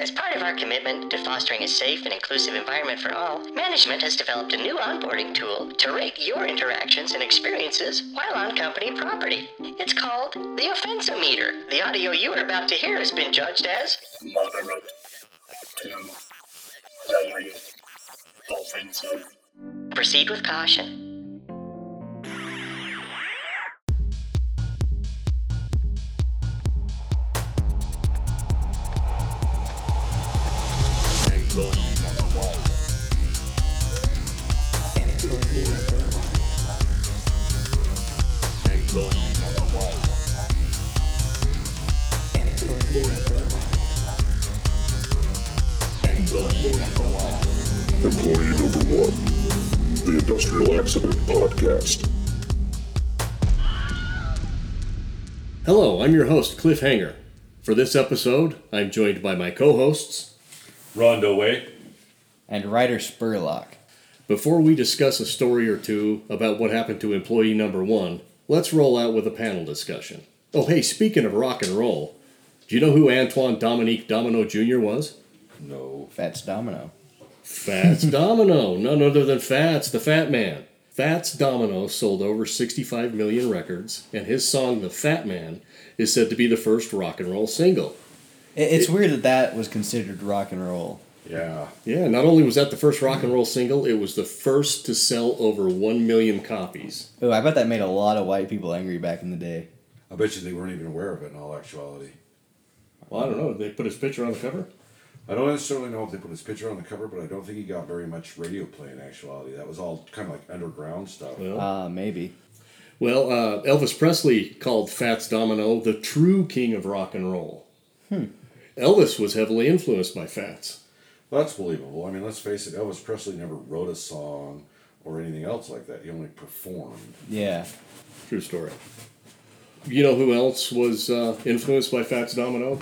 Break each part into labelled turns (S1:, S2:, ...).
S1: As part of our commitment to fostering a safe and inclusive environment for all, management has developed a new onboarding tool to rate your interactions and experiences while on company property. It's called the Offensometer. The audio you are about to hear has been judged as
S2: moderate to very offensive.
S1: proceed with caution.
S2: Employee number one. Employee number one. Employee number one.
S3: Employee number one, the Industrial Accident Podcast.
S4: Hello, I'm your host, Cliff Hanger. For this episode, I'm joined by my co hosts.
S5: Rondo Way.
S6: and Ryder Spurlock.
S4: Before we discuss a story or two about what happened to employee number one, let's roll out with a panel discussion. Oh, hey, speaking of rock and roll, do you know who Antoine Dominique Domino Jr. was?
S5: No.
S6: Fats Domino.
S4: Fats Domino, none other than Fats, the Fat Man. Fats Domino sold over 65 million records, and his song, The Fat Man, is said to be the first rock and roll single.
S6: I- It's weird that that was considered rock and roll.
S5: Yeah.
S4: Yeah, not only was that the first rock and roll single, it was the first to sell over 1 million copies.
S6: Ooh, I bet that made a lot of white people angry back in the day.
S5: I bet you they weren't even aware of it in all actuality.
S4: Well, I don't know. Did they put his picture on the cover?
S5: I don't necessarily know if they put his picture on the cover, but I don't think he got very much radio play in actuality. That was all kind of like underground stuff.
S4: Well,
S6: Uh, maybe.
S4: well uh, Elvis Presley called Fats Domino the true king of rock and roll. Hmm. Elvis was heavily influenced by Fats.
S5: That's believable. I mean, let's face it, Elvis Presley never wrote a song or anything else like that. He only performed.
S6: Yeah.
S4: True story. You know who else was uh, influenced by Fats Domino?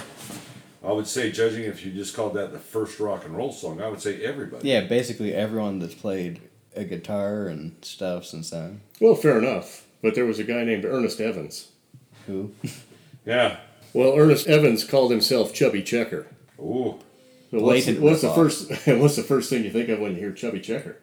S5: I would say, judging if you just called that the first rock and roll song, I would say everybody.
S6: Yeah, basically everyone that's played a guitar and stuff since then.
S4: Well, fair enough. But there was a guy named Ernest Evans.
S6: Who?
S5: Yeah.
S4: Well, Ernest Evans called himself Chubby Checker.
S5: Ooh,
S4: Well, What's,
S6: Blatant
S4: what's the
S6: ripoff.
S4: first? What's the first thing you think of when you hear Chubby Checker?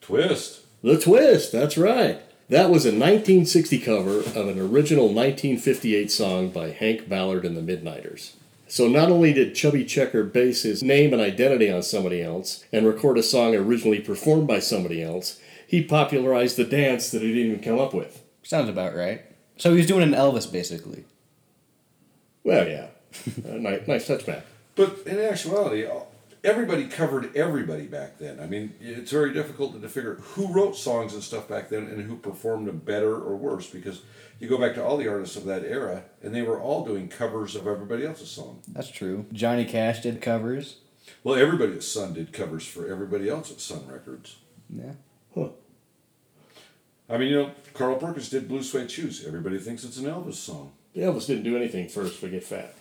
S5: twist.
S4: The twist. That's right. That was a 1960 cover of an original 1958 song by Hank Ballard and the Midnighters. So not only did Chubby Checker base his name and identity on somebody else and record a song originally performed by somebody else, he popularized the dance that he didn't even come up with.
S6: Sounds about right. So he was doing an Elvis, basically.
S4: Well, yeah, uh, nice, nice touch, Matt.
S5: But in actuality, all- everybody covered everybody back then. I mean, it's very difficult to figure who wrote songs and stuff back then and who performed them better or worse because you go back to all the artists of that era and they were all doing covers of everybody else's song.
S6: That's true. Johnny Cash did covers.
S5: Well, everybody at Sun did covers for everybody else at Sun Records.
S6: Yeah.
S4: Huh.
S5: I mean, you know, Carl Perkins did Blue Suede Shoes. Everybody thinks it's an Elvis song.
S4: Elvis didn't do anything first. We get fat.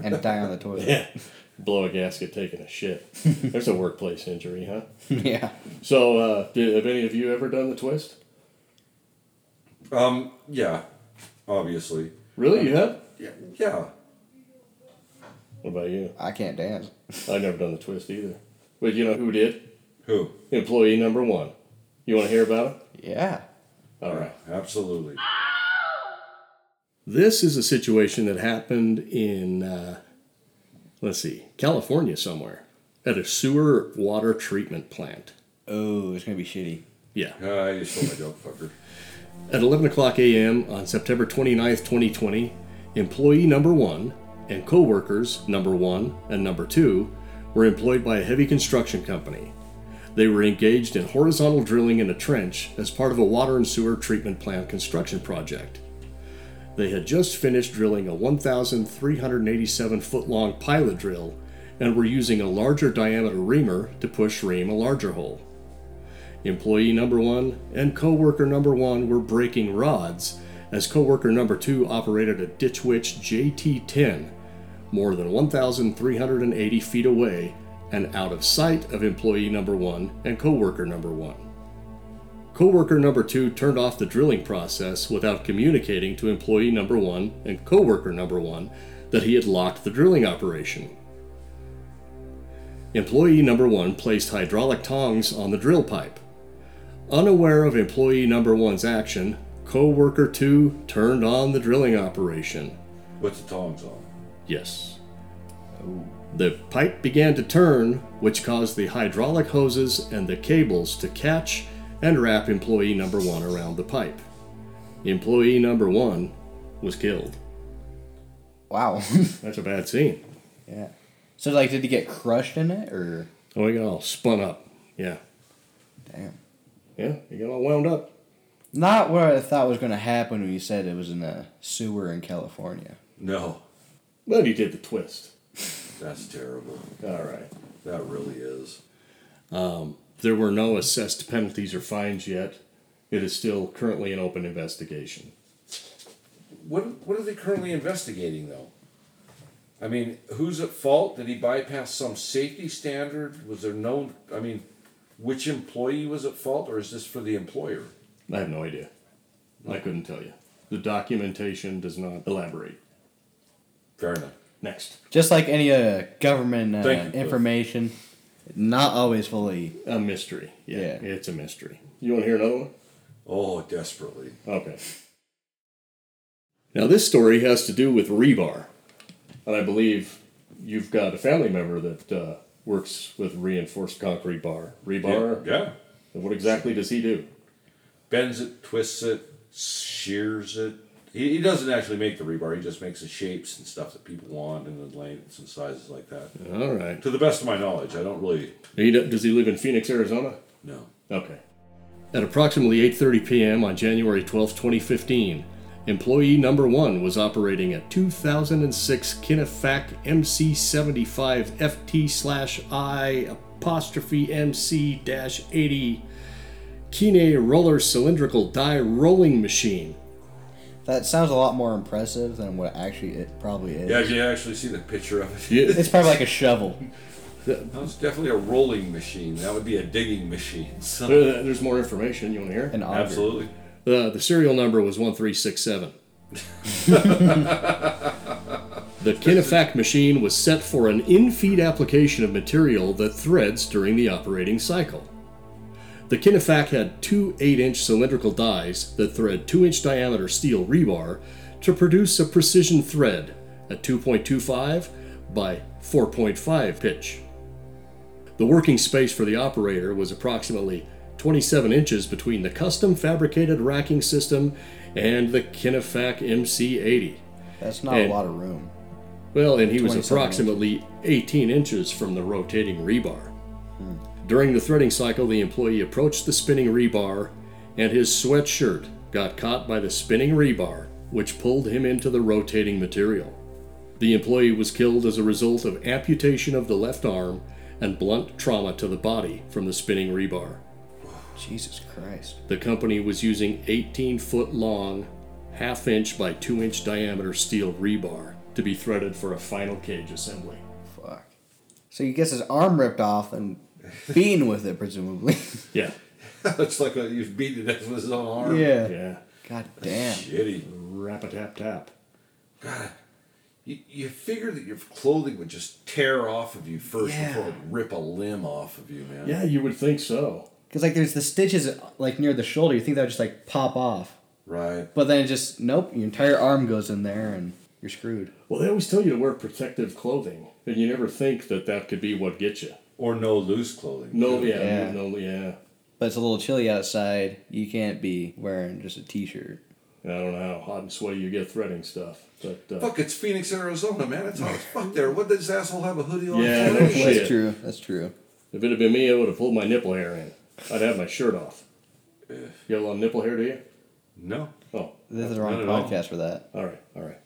S6: And Die on the Toilet.
S4: Yeah. Blow a gasket taking a shit. There's a workplace injury, huh?
S6: yeah.
S4: So, uh, did, have any of you ever done the twist?
S5: Um, yeah, obviously.
S4: Really? You have?
S5: Yeah, yeah.
S4: What about you?
S6: I can't dance.
S4: I've never done the twist either. But you know who did?
S5: Who?
S4: Employee number one. You want to hear about it?
S6: Yeah.
S4: All right.
S5: Uh, Absolutely.
S4: This is a situation that happened in, uh, let's see, California somewhere at a sewer water treatment plant.
S6: Oh, it's gonna be shitty.
S4: Yeah.
S5: Ah, you stole my joke, fucker.
S4: At 11 o'clock a.m. on September 29th, 2020, employee number one and co workers number one and number two were employed by a heavy construction company. They were engaged in horizontal drilling in a trench as part of a water and sewer treatment plant construction project. They had just finished drilling a 1,387 foot long pilot drill and were using a larger diameter reamer to push ream a larger hole. Employee number one and coworker number one were breaking rods as coworker number two operated a Ditch Witch JT 10 more than 1,380 feet away and out of sight of employee number one and coworker number one. Coworker number two turned off the drilling process without communicating to employee number one and coworker number one that he had locked the drilling operation. Employee number one placed hydraulic tongs on the drill pipe. Unaware of employee number one's action, co worker two turned on the drilling operation.
S5: What's the tongs on?
S4: Yes. The pipe began to turn, which caused the hydraulic hoses and the cables to catch and wrap employee number one around the pipe. Employee number one was killed.
S6: Wow.
S4: That's a bad scene.
S6: yeah. So like, did he get crushed in it or?
S4: Oh, he got all spun up. Yeah.
S6: Damn.
S4: Yeah, he got all wound up.
S6: Not what I thought was going to happen when you said it was in a sewer in California.
S5: No,
S4: But he did the twist.
S5: that's terrible.
S4: All right.
S5: That really is.
S4: Um, There were no assessed penalties or fines yet. It is still currently an open investigation.
S5: What What are they currently investigating though? I mean, who's at fault? Did he bypass some safety standard? Was there no? I mean, which employee was at fault, or is this for the employer?
S4: I have no idea. I couldn't tell you. The documentation does not elaborate.
S5: Fair enough.
S4: Next.
S6: Just like any uh, government uh,
S5: Thank you, Cliff.
S6: information, not always fully.
S4: A mystery.
S6: Yeah.
S4: It's a mystery. You want to hear another one?
S5: Oh, desperately.
S4: Okay. Now, this story has to do with rebar. And I believe you've got a family member that uh, works with reinforced concrete bar. Rebar?
S5: Yeah. yeah.
S4: And What exactly does he do?
S5: Bends it, twists it, shears it. He, he doesn't actually make the rebar. He just makes the shapes and stuff that people want and the lengths and sizes like that.
S4: All right.
S5: To the best of my knowledge, I don't really
S4: He, d- does he live in Phoenix, Arizona?
S5: know.
S4: Okay. At approximately 8:30 p.m. on January 12, 2015, employee number 1 was operating a 2006 Kinefac MC75 FT/I apostrophe MC-80 Kine roller cylindrical die rolling machine.
S6: That sounds a lot more impressive than what actually it probably is.
S5: Yeah, you actually see the picture of it.
S4: Yeah,
S6: It's probably like a shovel.
S5: That was definitely a rolling machine. That would be a digging machine. So,
S4: there- there's more information you want to hear.
S6: An auger.
S5: absolutely.
S4: Uh, The, the serial number was 1367. the Kinefac machine was set for an in feed application of material that threads during the operating cycle. The Kinefac had two 8 inch cylindrical dies that thread 2 inch diameter steel rebar to produce a precision thread at 2.25 by 4.5 pitch. The working space for the operator was approximately 27 inches between the custom fabricated racking system and the Kinefac MC80.
S6: That's not
S4: And-
S6: a lot of room.
S4: Well, and he was
S6: 27
S4: approximately 18 inches from the rotating rebar. During the threading cycle, the employee approached the spinning rebar, and his sweatshirt got caught by the spinning rebar, which pulled him into the rotating material. The employee was killed as a result of amputation of the left arm and blunt trauma to the body from the spinning rebar.
S6: Jesus Christ.
S4: The company was using 18 foot long, half inch by 2 inch diameter steel rebar to be threaded for a final cage assembly.
S6: Fuck. So he gets his arm ripped off and beaten with it, presumably.
S4: Yeah.
S5: it's like a, you've beat it with his own arm.
S4: Yeah.
S6: God damn.
S5: Shitty.
S4: Rap a tap tap.
S5: You, you figure that your clothing would just tear off of you first
S6: Yeah.
S5: before it would rip a limb off of you, man.
S4: Yeah, you would think so.
S6: Because like there's the stitches like near the shoulder. You think that would just like pop off,
S5: Right.
S6: but then it just nope. Your entire arm goes in there and you're screwed.
S4: Well, they always tell you to wear protective clothing, and you never think that that could be what gets you.
S5: Or no loose clothing.
S4: No,
S5: too.
S4: yeah,
S6: Yeah.
S4: no, yeah.
S6: But it's a little chilly outside. You can't be wearing just a t-shirt.
S4: I don't know how hot and sweaty you get threading stuff, but uh,
S5: Fuck, it's Phoenix, Arizona, man. It's hot as fuck there. What does this asshole have a hoodie on?
S4: Yeah,
S5: for?
S4: no shit.
S6: That's true. That's true.
S4: if it had been me, I would have pulled my nipple hair in. I'd have my shirt off. You have a lot of nipple hair, do you?
S5: No.
S4: Oh,
S6: This is the wrong
S5: Not at all.
S6: podcast for that.
S4: All right, all right.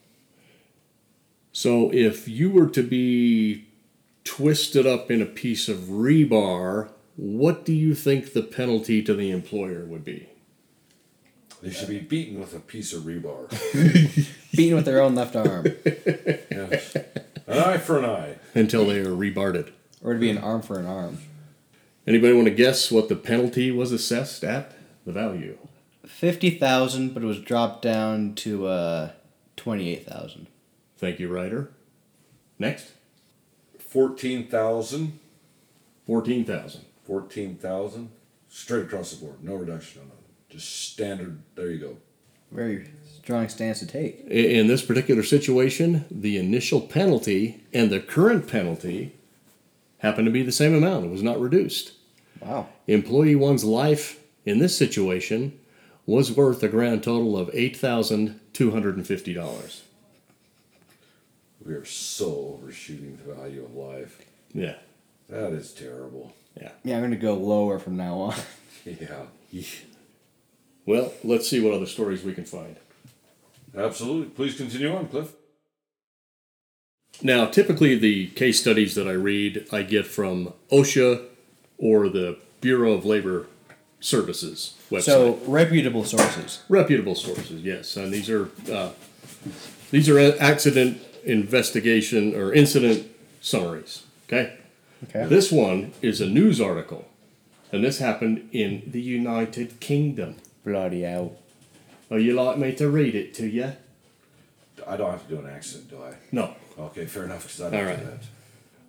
S4: So if you were to be twisted up in a piece of rebar, what do you think the penalty to the employer would be?
S5: They should be beaten with a piece of rebar.
S6: Beaten with their own left arm,
S5: Yes. an eye for an eye.
S4: Until they are rebarded.
S6: or it'd be an arm for an arm.
S4: Anybody want to guess what the penalty was assessed at? The value.
S6: Fifty thousand, but it was dropped down to uh, twenty-eight thousand.
S4: Thank you, writer. Next.
S5: 14,000
S4: Fourteen thousand.
S5: Fourteen thousand straight across the board, no reduction on nothing. Just standard. There you go.
S6: Very strong stance to take.
S4: I- In this particular situation, the initial penalty and the current penalty happened to be the same amount. It was not reduced.
S6: Wow.
S4: Employee one's life in this situation was worth a grand total of $8,250.
S5: We are so overshooting the value of life.
S4: Yeah,
S5: That is terrible.
S4: yeah.
S6: Yeah, I'm gonna go lower from now on.
S5: Yeah. Yeah.
S4: Well, let's see what other stories we can find.
S5: Absolutely. Please continue on, Cliff.
S4: Now, typically, the case studies that I read, I get from OSHA or the Bureau of Labor Services website.
S6: so reputable sources.
S4: reputable sources yes and these are uh, these are accident investigation or incident summaries okay
S6: Okay.
S4: this one is a news article and this happened in the united kingdom
S6: Bloody hell.
S4: oh you like me to read it to you
S5: I don't have to do an accent, do I?
S4: no
S5: Okay, fair enough, because I don't
S4: All
S5: do
S4: right.
S5: that.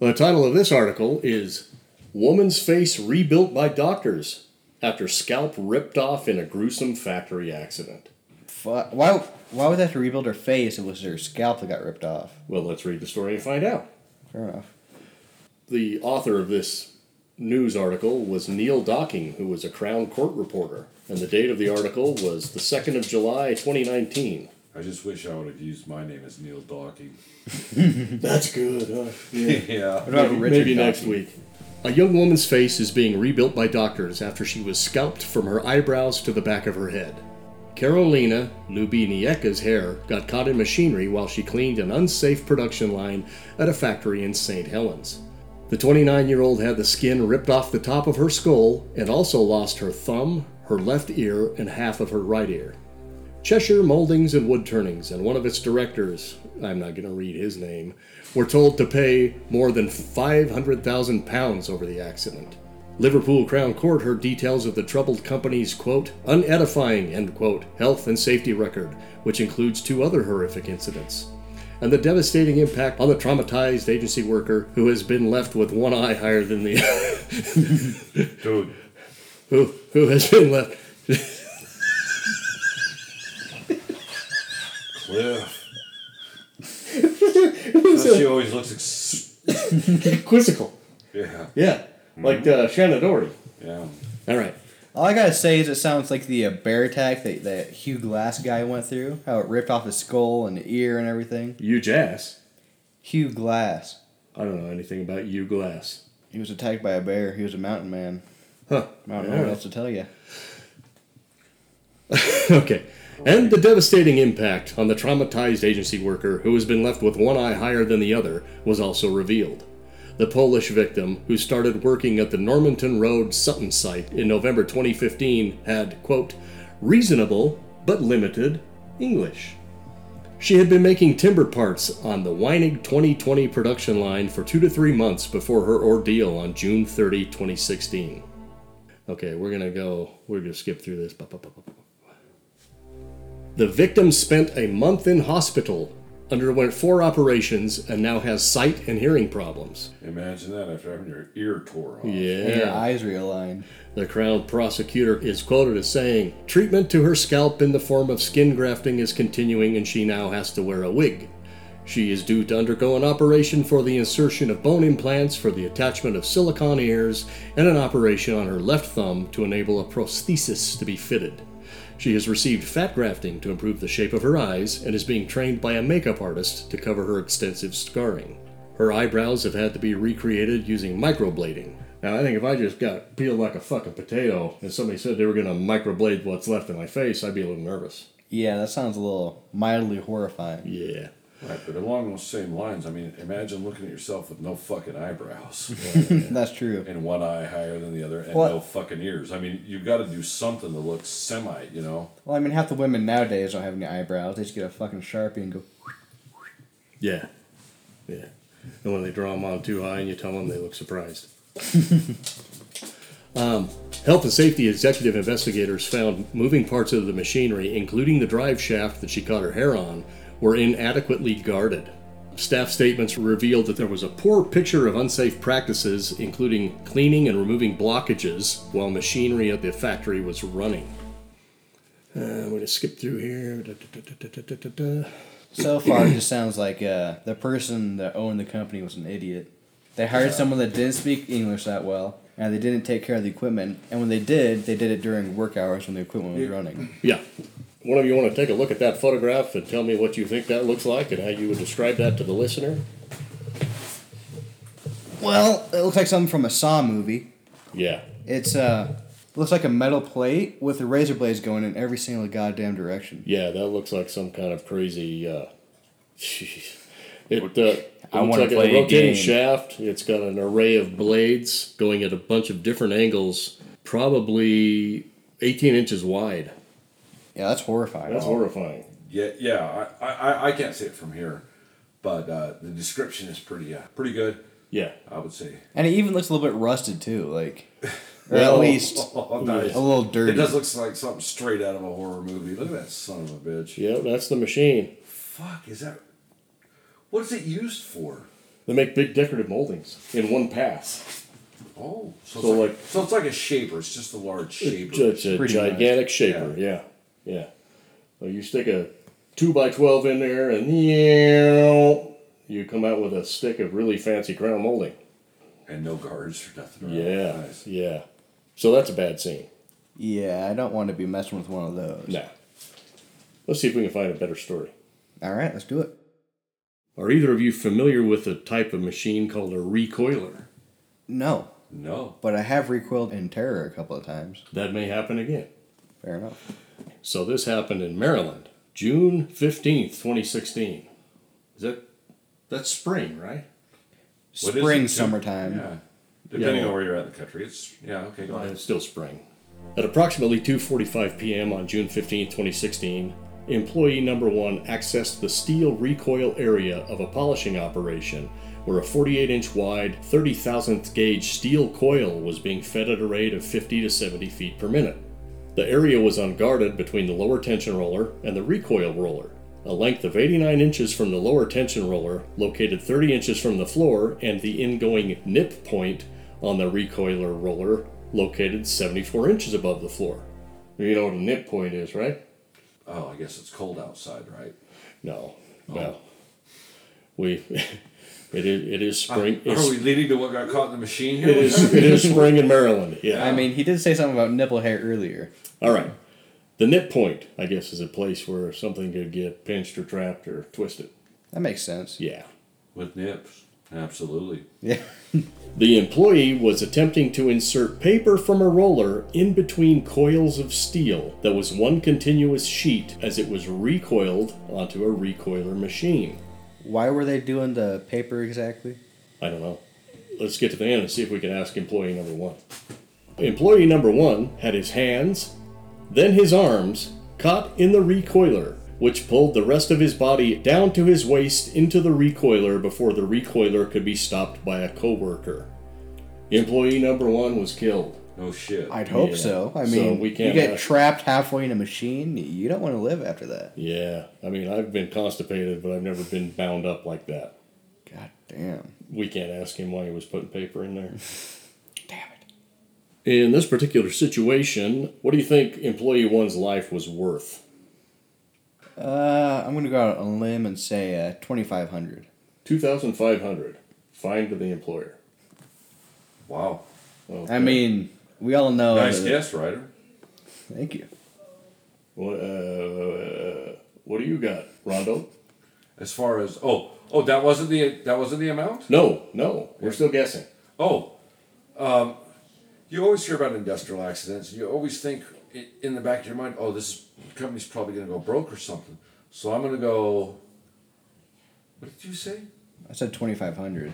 S4: the title of this article is woman's face rebuilt by doctors after scalp ripped off in a gruesome factory accident
S6: Fuck. Why? Why would they have to rebuild her face? It was her scalp that got ripped off.
S4: well let's read the story and find out
S6: Fair enough.
S4: the author of this news article was Neil Docking, who was a Crown Court reporter, and the date of the article was the 2nd of July 2019.
S5: I just wish I would have used my name as Neil Dawking.
S4: That's good, huh?
S5: yeah.
S6: What about
S4: Maybe,
S6: Richard
S4: maybe next
S6: Dawkins?
S4: week. A young woman's face is being rebuilt by doctors after she was scalped from her eyebrows to the back of her head. Carolina Lubinieka's hair got caught in machinery while she cleaned an unsafe production line at a factory in St. Helens. The 29 year old had the skin ripped off the top of her skull and also lost her thumb, her left ear, and half of her right ear. Cheshire Moldings and Wood Turnings and one of its directors, I'm not going to read his name, were told to pay more than 500,000 pounds over the accident. Liverpool Crown Court heard details of the troubled company's quote, unedifying, end quote, health and safety record, which includes two other horrific incidents, and the devastating impact on the traumatized agency worker who has been left with one eye higher than the
S5: Dude,
S4: who who has been left
S5: Cliff. Plus, she always looks ex-
S4: quizzical.
S5: yeah,
S4: Yeah, like uh, Shannon Doherty.
S5: yeah.
S4: All right.
S6: All I gotta say is it sounds like the uh, bear attack that that Hugh Glass guy went through. How it ripped off his skull and ear and everything.
S4: You jazz.
S6: Hugh Glass.
S4: I don't know anything about you glass.
S6: He was attacked by a bear. He was a mountain man.
S4: Huh.
S6: I don't know what else to tell you.
S4: okay. And the devastating impact on the traumatized agency worker who has been left with one eye higher than the other was also revealed. The Polish victim, who started working at the Normanton Road Sutton site in November 2015, had, quote, reasonable but limited English. She had been making timber parts on the Weinig 2020 production line for two to three months before her ordeal on June 30, 2016. Okay, we're gonna go, we're gonna skip through this. Ba, ba, ba, ba, ba. The victim spent a month in hospital, underwent four operations, and now has sight and hearing problems.
S5: Imagine that after having your ear tore off.
S6: And Your eyes realigned.
S4: The Crown prosecutor is quoted as saying, Treatment to her scalp in the form of skin grafting is continuing, and she now has to wear a wig. She is due to undergo an operation for the insertion of bone implants for the attachment of silicone ears and an operation on her left thumb to enable a prosthesis to be fitted. She has received fat grafting to improve the shape of her eyes and is being trained by a makeup artist to cover her extensive scarring. Her eyebrows have had to be recreated using microblading. Now, I think if I just got peeled like a fucking potato and somebody said they were going to microblade what's left of my face, I'd be a little nervous.
S6: Yeah, that sounds a little mildly horrifying.
S4: Yeah.
S5: Right, but along those same lines, I mean, imagine looking at yourself with no fucking eyebrows
S6: That's true.
S5: and one eye higher than the other and
S6: Well-
S5: no fucking ears. I mean, you've got to do something to look semi, you know?
S6: Well, I mean, half the women nowadays don't have any eyebrows. They just get a fucking sharpie and go.
S4: Yeah. Yeah. And when they draw them on too high and you tell them, they look surprised. um, health and safety executive investigators found moving parts of the machinery, including the drive shaft that she caught her hair on, were inadequately guarded. Staff statements revealed that there was a poor picture of unsafe practices, including cleaning and removing blockages while machinery at the factory was running. Uh, I'm going to skip through here. Da, da, da, da, da, da, da, da.
S6: So far, it just sounds like uh, the person that owned the company was an idiot. They hired someone that didn't speak English that well, and they didn't take care of the equipment. And when they did, they did it during work hours when the equipment was running.
S4: Yeah. One of you want to take a look at that photograph and tell me what you think that looks like and how you would describe that to the listener?
S6: Well, it looks like something from a Saw movie.
S4: Yeah.
S6: It's uh, looks like a metal plate with the razor blades going in every single goddamn direction.
S4: Yeah, that looks like some kind of crazy. Uh, it uh, it
S7: I
S4: looks
S7: wanna
S4: like
S7: play
S4: a
S7: a game.
S4: rotating shaft. It's got an array of blades going at a bunch of different angles, probably 18 inches wide.
S6: Yeah, that's horrifying.
S7: Oh.
S4: That's horrifying.
S5: Yeah, yeah. I, I, I can't see it from here, but uh, the description is pretty uh, pretty good.
S4: Yeah.
S5: I would say.
S6: And it even looks a little bit rusted too, like, or
S4: Well-
S6: at least
S5: Oh, nice.
S6: a little dirty.
S5: It does look like something straight out of a horror movie. Look at that son of a bitch.
S4: Yeah, that's the machine.
S5: Fuck, is that? What is it used for?
S4: They make big decorative moldings in one pass.
S5: Oh,
S4: So,
S5: so, it's like,
S4: like-
S5: so it's like a shaper. It's just a large shaper.
S4: It's a
S6: Pretty
S4: gigantic shaper. Yeah, yeah. So you stick a two by twelve in there, and yeah, you come out with a stick of really fancy crown molding.
S5: and no guards or
S4: Oh,
S5: nothing. around.
S4: Yeah,
S5: Nice.
S4: yeah. So that's a bad scene.
S6: yeah, I don't want to be messing with one of those.
S4: Nah. Let's see if we can find a better story.
S6: All right, let's do it.
S4: Are either of you familiar with a type of machine called a recoiler?
S6: No,
S5: No.
S6: but I have recoiled in terror a couple of times.
S4: That may happen again.
S6: Fair enough.
S4: So this happened in Maryland, June fifteenth, twenty sixteen. Is that that's spring, right?
S5: What is it,
S6: Spring,
S5: Jim?
S6: summertime.
S5: Yeah. Depending
S4: Yeah.
S5: on where you're at in the country, it's yeah. Okay, go
S4: Uh,
S5: ahead.
S4: It's still spring. At approximately 2:45 p.m. on June 15, 2016, employee number 1 accessed the steel recoil area of a polishing operation where a 48-inch wide, 30,000th gauge steel coil was being fed at a rate of 50 to 70 feet per minute. The area was unguarded between the lower tension roller and the recoil roller, a length of 89 inches from the lower tension roller, located 30 inches from the floor, and the ingoing nip point on the recoiler roller, located 74 inches above the floor. You know what a nip point is, right?
S5: Oh, I guess it's cold outside, right?
S4: No, no. We, it is, it is spring. it's-
S5: Ah, Are we leading to what got caught in the machine here?
S4: it is, it is spring in Maryland. Yeah.
S6: I mean, he did say something about nipple hair earlier.
S4: All right. The nip point, I guess, is a place where something could get pinched or trapped or twisted.
S6: That makes sense.
S4: Yeah.
S5: With nips, absolutely.
S6: Yeah.
S4: The employee was attempting to insert paper from a roller in between coils of steel that was one continuous sheet as it was recoiled onto a recoiler machine.
S6: Why were they doing the paper exactly?
S4: I don't know. Let's get to the end and see if we can ask employee number one. Employee number one had his hands, then his arms, caught in the recoiler, which pulled the rest of his body down to his waist into the recoiler before the recoiler could be stopped by a coworker. Employee number one was killed.
S5: No shit.
S6: I'd hope
S4: Yeah.
S6: so. I
S4: So
S6: mean,
S4: we
S6: you
S4: can't
S6: get
S4: have-
S6: trapped halfway in a machine, you don't want to live after that.
S4: Yeah, I mean, I've been constipated, but I've never been bound up like that.
S6: God damn.
S4: We can't ask him why he was putting paper in there.
S6: Damn it.
S4: In this particular situation, what do you think employee one's life was worth?
S6: Uh, I'm going to go out on a limb and say uh, 2500
S4: 2500 Fine to the employer.
S5: wow.
S4: Okay.
S6: I mean, we all know.
S5: Nice
S6: that-
S5: guess, Ryder.
S6: Thank you.
S4: What, uh, what do you got, Rondo?
S5: As far as oh oh that wasn't the that wasn't the amount.
S4: No, no, we're still guessing.
S5: Oh, um, you always hear about industrial accidents, and you always think i- in the back of your mind, oh, this company's probably going to go broke or something. So I'm going to go. What did you say?
S6: I said 2500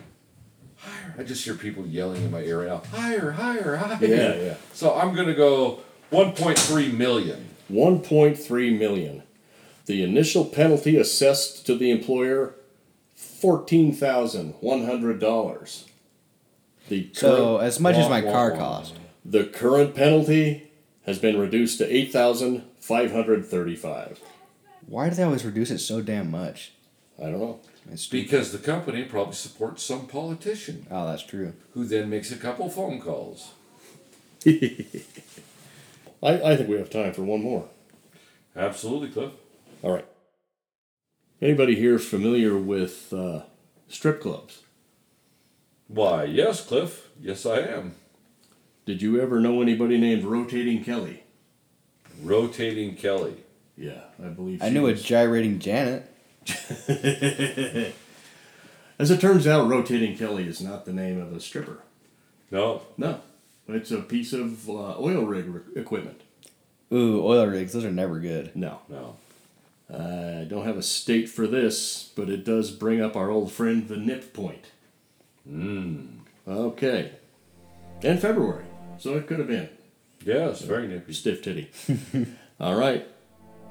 S5: Higher. I just hear people yelling in my ear right now. Higher, higher, higher.
S4: Yeah, yeah.
S5: So I'm going to go 1.3 million.
S4: 1.3 million. The initial penalty assessed to the employer $14,100. The
S6: So, uh,
S4: current-
S6: as much as
S5: wah,
S6: my
S5: wah,
S6: car
S5: wah.
S6: cost.
S4: The current penalty has been reduced to 8,535.
S6: Why do they always reduce it so damn much?
S4: I don't know.
S6: It's stupid.
S5: Because the company probably supports some politician
S6: Oh, that's true.
S5: who then makes a couple phone calls.
S4: I, I think we have time for one more.
S5: Absolutely, Cliff.
S4: All right. Anybody here familiar with uh, strip clubs?
S5: Why, yes, Cliff. Yes, I am.
S4: Did you ever know anybody named Rotating Kelly?
S5: Rotating Kelly.
S4: Yeah, I believe.
S6: I
S4: she
S6: knew a
S4: was.
S6: gyrating Janet.
S4: As it turns out, Rotating Kelly is not the name of a stripper.
S5: No,
S4: No, it's a piece of uh, oil rig re- equipment.
S6: Ooh, oil rigs. Those are never good.
S4: No,
S5: no.
S4: I don't have a state for this, but it does bring up our old friend the nip point. Mm. Okay. In February, so it could have been.
S5: Yes, very nippy.
S4: stiff titty. All right.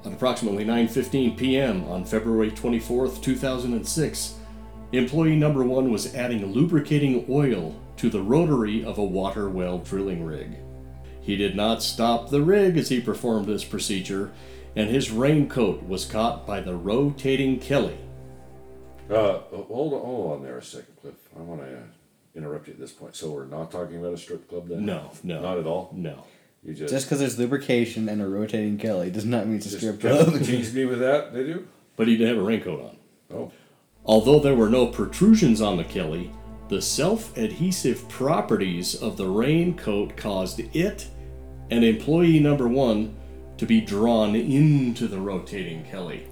S4: At approximately 9:15 p.m. on February 24th, 2006, employee number 1 was adding lubricating oil to the rotary of a water well drilling rig. He did not stop the rig as he performed this procedure, and his raincoat was caught by the rotating Kelly.
S5: Uh, hold on, hold on there a second, Cliff. I want to interrupt you at this point. So we're not talking about a strip club then?
S4: No, no.
S5: Not at all.
S4: No.
S5: You just,
S6: Just because there's lubrication and a rotating Kelly does not mean it's a
S5: just
S6: strip
S5: kinda
S6: club.
S5: tease me with that. They do.
S4: But he did have a raincoat on.
S5: Oh,
S4: Although there were no protrusions on the Kelly, the self adhesive properties of the raincoat caused it and employee number one to be drawn into the rotating Kelly.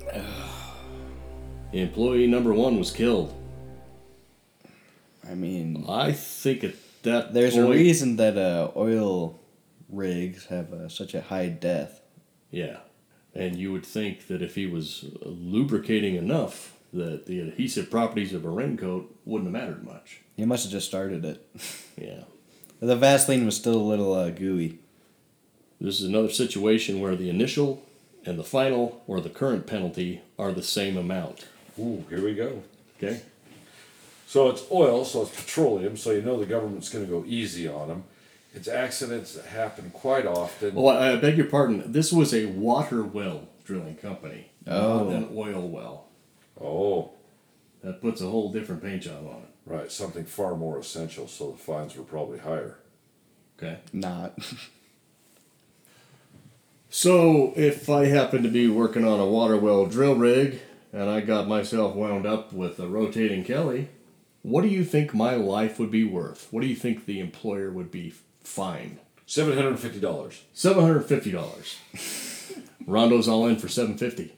S4: employee number one was killed.
S6: I mean,
S4: I think at that
S6: there's a
S4: point-
S6: reason that uh, oil rigs have uh, such a high death.
S4: Yeah. And you would think that if he was lubricating enough, that the adhesive properties of a raincoat wouldn't have mattered much.
S6: He must have just started it.
S4: Yeah.
S6: The Vaseline was still a little uh, gooey.
S4: This is another situation where the initial and the final or the current penalty are the same amount.
S5: ooh, here we go.
S4: Okay?
S5: So it's oil, so it's petroleum, so you know the government's going to go easy on them. It's accidents that happen quite often.
S4: Well, I, I beg your pardon. This was a water well drilling company,
S6: Oh.
S4: not an oil well.
S5: Oh,
S4: That puts a whole different paint job on it.
S5: right, something far more essential, so the fines were probably higher.
S4: Okay?
S6: Not.
S4: So, if I happen to be working on a water well drill rig and I got myself wound up with a rotating Kelly, what do you think my life would be worth? What do you think the employer would be fined?
S5: Seven hundred and fifty dollars.
S4: Seven hundred fifty dollars. Rondo's all in for seven fifty.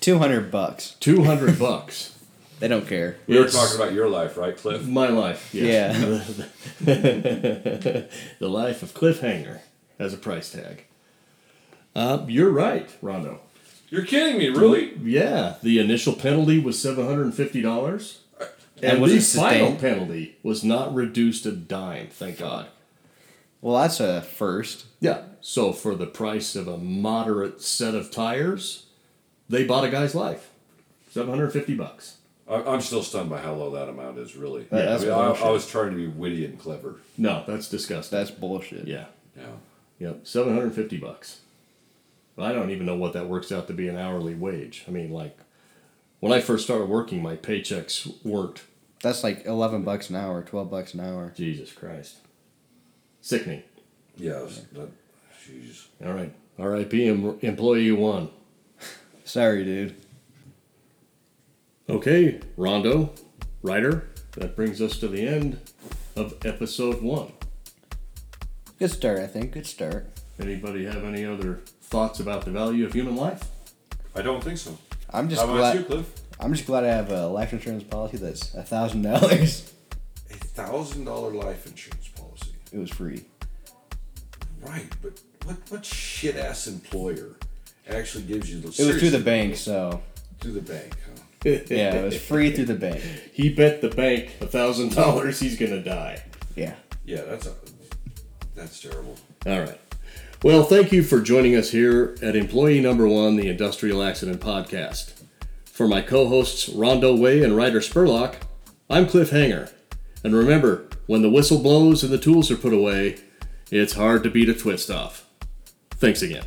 S6: 200 bucks.
S4: Two hundred bucks.
S6: They don't care.
S5: We were
S4: It's-
S5: talking about your life, right, Cliff?
S4: My life. Yes.
S6: Yeah.
S4: The life of cliffhanger has a price tag. Uh, you're right, Rondo.
S5: You're kidding me, really?
S4: Yeah, the initial penalty was seven hundred and fifty dollars, and,
S6: And was
S4: the
S6: it
S4: final
S6: sustained?
S4: penalty was not reduced a dime. Thank God.
S6: Well, that's a first.
S4: Yeah. So for the price of a moderate set of tires, they bought a guy's life. Seven hundred fifty bucks.
S5: I- I'm still stunned by how low that amount is, really.
S6: Yeah, that's
S5: I, mean, I, I
S6: bullshit.
S5: was trying to be witty and clever.
S4: No, that's disgusting.
S6: That's bullshit.
S4: yeah.
S5: Yeah.
S4: Yep, seven hundred fifty bucks. I don't even know what that works out to be an hourly wage. I mean, like when I first started working, my paychecks weren't
S6: That's like 11 bucks an hour, 12 bucks an hour.
S4: Jesus Christ, sickening.
S5: Yeah. it's- That, jeez.
S4: All right, R.I.P. Em- employee one.
S6: Sorry, dude.
S4: Okay, Rondo, writer. That brings us to the end of episode one.
S6: Good start, I think. Good start.
S4: Anybody have any other thoughts about the value of human life?
S5: I don't think so.
S6: I'm just
S5: How about you,
S6: glad.
S5: Cliff?
S6: I'm just glad I have a life insurance policy that's a thousand dollars.
S5: A thousand dollar life insurance policy.
S6: It was free.
S5: Right, but what what shit ass employer actually gives you the?
S6: It was through the bank, so
S5: Through the bank. Huh?
S6: yeah, it was free through the bank.
S4: he bet the bank a thousand dollars he's gonna die.
S6: Yeah.
S5: Yeah, that's a, that's terrible.
S4: All right. Well, thank you for joining us here at Employee Number One, the Industrial Accident Podcast. For my co hosts Rondo Way and Ryder Spurlock, I'm Cliff Hanger. And remember, when the whistle blows and the tools are put away, it's hard to beat a twist off. Thanks again.